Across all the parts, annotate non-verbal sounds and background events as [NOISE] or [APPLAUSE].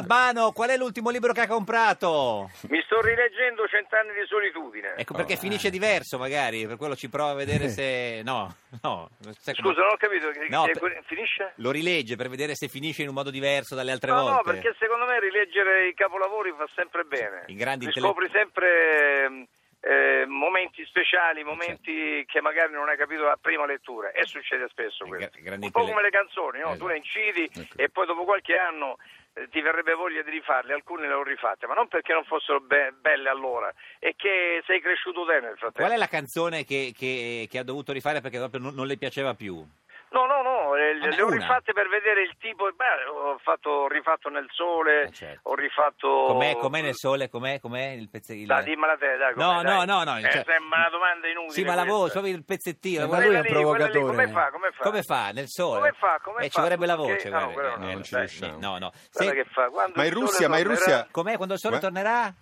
Albano, qual è l'ultimo libro che ha comprato? Mi sto rileggendo Cent'anni di solitudine. Ecco perché finisce diverso, magari, per quello ci prova a vedere se. No, no. sai come- Scusa, non ho capito. che- No, che- per- Finisce? Lo rilegge per vedere se finisce in un modo diverso dalle altre No, volte. no, perché secondo me rileggere i capolavori fa sempre bene. I grandi intelle- Scopri sempre eh, momenti speciali, momenti che magari non hai capito a prima lettura. E succede spesso Certo. I questo. gra- grandi Un po' intelle- come le canzoni, no? Esatto. tu le incidi Ecco. e poi dopo qualche anno eh, ti verrebbe voglia di rifarle, alcune le ho rifatte, ma non perché non fossero be- belle allora, è che sei cresciuto te nel frattempo. Qual è la canzone che, che- che ha dovuto rifare perché proprio non, non le piaceva più? No, no, no, eh, le, Vabbè, le ho Ah, una. rifatte per vedere il tipo, beh, ho fatto, ho rifatto nel sole, Eh, certo. ho rifatto... Com'è, com'è nel sole? Com'è, com'è il pezzettino? Oh, Dai, dimmela te, dai. No, com'è, no, dai. no, no. Eh, cioè- sembra una domanda inutile. Sì, ma la questa. voce, proprio il pezzettino. Eh, guarda- ma lui è Quella un lì, quella lì, provocatore. Come fa, come fa? eh. Come fa nel sole? Come fa, come eh, ci fa? vorrebbe la Perché- voce, no, guarda, quello eh, no, no, non ci dai, riusciamo. No, no. Guarda Se- che fa, quando Ma il in sole Russia, ma in tornerà, Russia... Com'è quando il sole Beh. tornerà?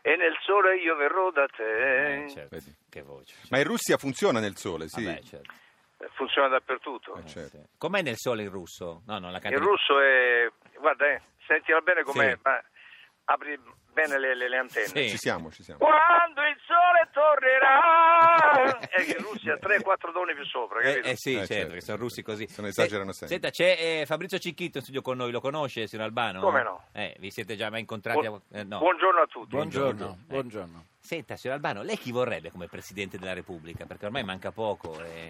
E nel sole io verrò da te. Eh, certo. Vedi. Che voce. Ma in Russia funziona nel sole, sì. Vabbè, certo. Funziona dappertutto. Eh, certo. Sì. Com'è nel sole il russo? No, non la canti. Il russo è... Guarda, eh, sentila bene com'è, Sì. ma apri bene le, le- le antenne. Sì. Ci siamo, ci siamo. Quando il sole [LAUGHS] tornerà... è ah, eh, che in Russia ha 3-4 toni più sopra, Eh, capito? eh sì, Eh, certo, certo, che sono russi così. Se ne esagerano Se- Senta, sempre. c'è eh, Fabrizio Cicchitto in studio con noi, lo conosce, signor Albano? Come no? Eh, vi siete già mai incontrati? Bu- a- eh, no. Buongiorno a tutti. Buongiorno, Eh. buongiorno. Senta, signor Albano, lei chi vorrebbe come Presidente della Repubblica? Perché ormai manca poco. eh.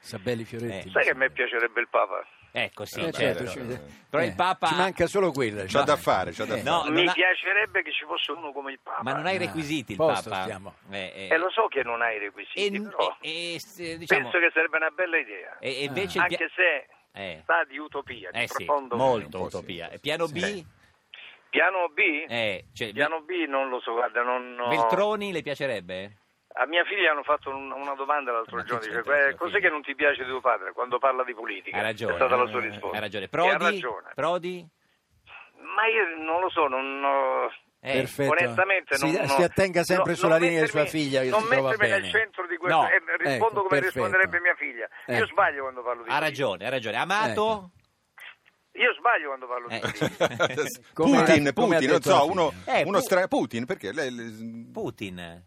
Sabelli Fioretti. Eh, Sai che a me piacerebbe il Papa? Ecco, sì, Eh, certo. certo, ci- Però eh, il Papa... Ci manca solo quella. C'ha cioè. da fare, c'ha da Eh, fare. [LAUGHS] no, Mi non ha- piacerebbe che ci fosse uno come il Papa. Ma non ha i Ah, requisiti il posto Papa? stiamo. Eh, eh. E lo so che non ha i requisiti, E- però e- e se- diciamo- penso che sarebbe una bella idea. e- e Ah. invece il Anche pia- se Eh. sta di utopia, di Eh sì, profondo- molto Un po' sì, utopia. un po' E Piano B? Piano B? Eh, cioè, Piano B non lo so, guarda, non... no. Veltroni le piacerebbe? A mia figlia hanno fatto un- una domanda l'altro Ma che giorno, dice, c'entra la "Guarda, tua cos'è figlia?" che non ti piace di tuo padre quando parla di politica? Ha ragione. È stata la sua eh, risposta. Ha ragione. E ha Prodi? ragione. Prodi? Ma io non lo so, non... ho- Eh, Perfetto. Onestamente, si, non, non- si attenga sempre no, sulla non linea di sua mettermi- figlia che non si trova mettermi bene. nel centro di questo No, e rispondo ecco, come perfetto. risponderebbe mia figlia io Ecco. sbaglio quando parlo di Ha politica. ragione, ha ragione. Amato? Io sbaglio quando parlo Eh. di politica. Come- Putin, come Putin, ha detto non la so, figlia. uno, Eh, uno Pu- stra- Putin, perché? Lei, le- Putin.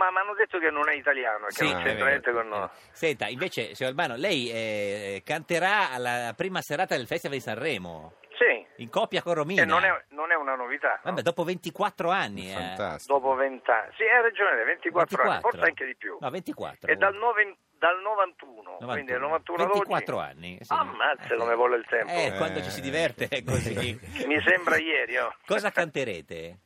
Ma mi hanno detto che non è italiano e che Sì, non è c'entra vero. niente con noi. Eh, Senta, invece, signor Albano, lei eh, canterà alla prima serata del Festival di Sanremo, Sì, in coppia con Romina. e Eh, non è, non è una novità. no? Vabbè, dopo 24 anni. eh. Fantastico. Dopo 20 anni. Sì, hai ragione, 24, anni, 24. forse anche di più. No, 24. E dal, noven- dal 91, 91. quindi dal 91 ad oggi. 24 anni. sì. Ammazza come vola il tempo. Eh. Eh, Eh. quando ci si diverte è [LAUGHS] così. Mi sembra ieri, oh. Cosa canterete?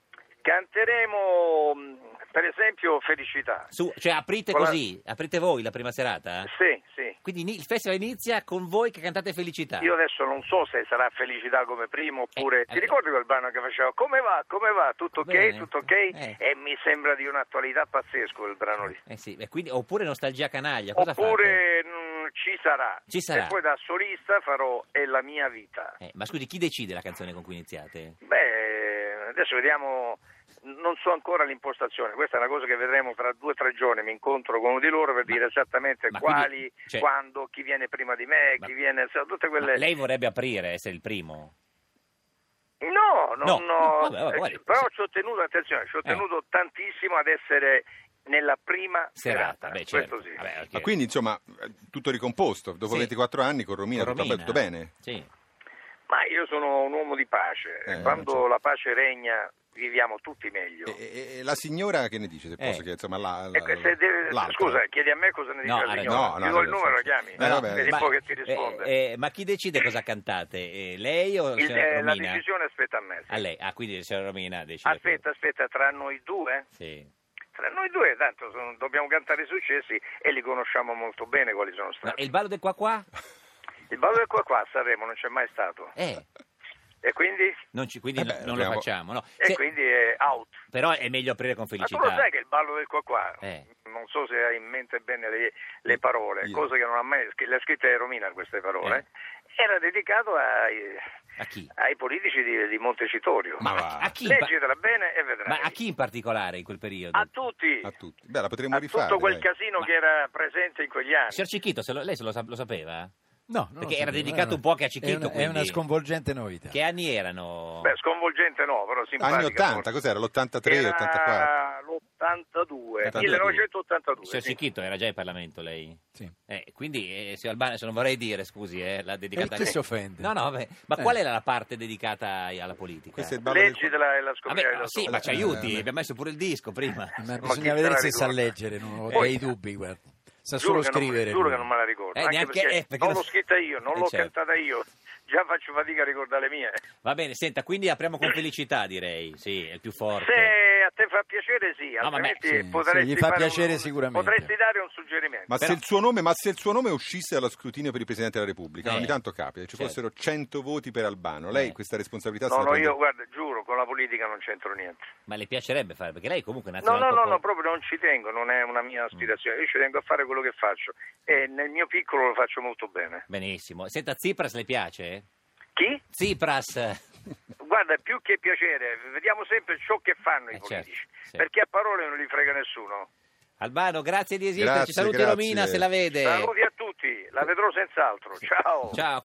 Canteremo, mh, per esempio, Felicità. Su, cioè aprite Con la- così, aprite voi la prima serata? Sì, sì. Quindi ni- il festival inizia con voi che cantate Felicità. Io adesso non so se sarà felicità come prima oppure... Eh, Ti eh. ricordi quel brano che faceva? Come va? Come va? Tutto ok? Bene. Tutto ok? Eh. E mi sembra di un'attualità pazzesco quel brano lì. Eh sì, e quindi- oppure Nostalgia Canaglia, Eh, cosa fate? Oppure mm, ci sarà. Ci sarà. E poi da solista farò È la mia vita. Eh, ma scusi, chi decide la canzone con cui iniziate? Beh, adesso vediamo... Non so ancora l'impostazione, questa è una cosa che vedremo tra due o tre giorni, mi incontro con uno di loro per dire esattamente ma quindi, quali, cioè- quando, chi viene prima di me, Ma- chi viene... sa, Tutte quelle... Ma lei vorrebbe aprire, essere il primo. No, No, non no, ho- vabbè, vabbè, eh, guardi, però sì. ci ho tenuto, attenzione, ci ho Eh. tenuto tantissimo ad essere nella prima Serata, serata. beh, certo. Questo sì. Vabbè, perché- Ma quindi, insomma, eh, tutto ricomposto. Dopo Sì. 24 anni con Romina, con tutto, Romina. tutto bene. Sì. Ma io sono un uomo di pace, Eh, quando certo. la pace regna viviamo tutti meglio. E, e- e la signora che ne dice, se Eh. posso, che insomma, la, la- Ecco, e se deve- l'altra. scusa, chiedi a me cosa ne dice No, la ha signora. ragione. Ti No, no, do il no, numero, sì, la sì. chiami. Eh, vabbè. Vedi un Ma- po' che ti risponde. eh, eh, ma chi decide cosa cantate? Eh, lei o la Il- signora eh, la Romina? decisione aspetta a me. sì. A lei. Ah, quindi la signora Romina decide. Aspetta, aspetta, tra noi due? Sì. Tra noi due, tanto sono- dobbiamo cantare i successi e li conosciamo molto bene quali sono Ma stati. e il ballo del qua qua? Il ballo del qua qua a Sanremo non c'è mai stato. Eh, E quindi? non ci- quindi Eh beh, non lo abbiamo- facciamo, no. E Se- quindi è out. Però è meglio aprire con Ma tu felicità. lo sai che il ballo del qua qua, Eh. non so se hai in mente bene le, le parole, Io. cosa che non ha mai scr- le ha scritte Romina queste parole, Eh. era dedicato ai, A chi? ai politici di, di Montecitorio. Ma Ma a, va. a chi in par- Leggitela bene e vedrai. ma a chi in particolare in quel periodo? A tutti, A a, tutti. Beh, la potremmo rifare. tutto quel dai. casino Ma- che era presente in quegli anni. Signor Cicchito, se lo- lei se lo, sa- lo sapeva? No, non lo Perché era sapevo, dedicato era- un po' anche a Cicchito, È una, è quindi. una sconvolgente novità. Che anni erano? Beh, sconvolgente no, però simpatica. Anni 80, forse. cos'era? L'83, Era 84? L'82, 82. 1982. Signor sì. Cicchito era già in Parlamento lei? Sì. Eh, quindi, eh, signor Albano, se non vorrei dire, scusi, eh, l'ha dedicata chi si offende? No, no, beh, ma Eh. qual era la parte dedicata ai- alla politica? Questo è il babbo del- Leggi della, la Vabbè, scoprire no, da sì, solo. ma ci Eh, aiuti, vabbè. abbiamo messo pure il disco prima. Ma Ma bisogna chi vedere te la se sa ricorda? leggere, non ho Eh. dei dubbi, guarda. Sa Giuro solo che non- scrivere. giuro lui. che non me la ricordo. Eh, anche neanche- perché eh, perché non lo- l'ho scritta io, non Eh, l'ho certo. cantata io. Già faccio fatica a ricordare le mie. Va bene, senta, quindi apriamo con felicità, direi. Sì, è il più forte. Se a te fa piacere, sì, No, vabbè, altrimenti sì, potresti se gli fa fare un- piacere sicuramente. Potresti dare un suggerimento. Ma, Però- se il suo nome, ma se il suo nome uscisse dallo scrutinio per il Presidente della Repubblica, Eh. ogni tanto capita, ci Certo. fossero 100 voti per Albano, lei Eh. questa responsabilità se no, la no, prende? io guarda, giuro, con la politica non c'entro niente. Ma le piacerebbe fare? Perché lei comunque è No, no, no, nazionalpopolare. no, proprio non ci tengo, non è una Mm. mia aspirazione. Io ci tengo a fare quello che faccio e nel mio piccolo lo faccio molto bene. Benissimo. Senta, Tsipras le piace? Chi? Tsipras. [LAUGHS] Guarda, più che piacere, vediamo sempre ciò che fanno i Eh, certo, politici, sì. perché a parole non li frega nessuno. Albano, grazie di esisterci. Grazie, Saluti grazie. Romina se la vede. Saluti a tutti, la vedrò senz'altro. Ciao. Ciao.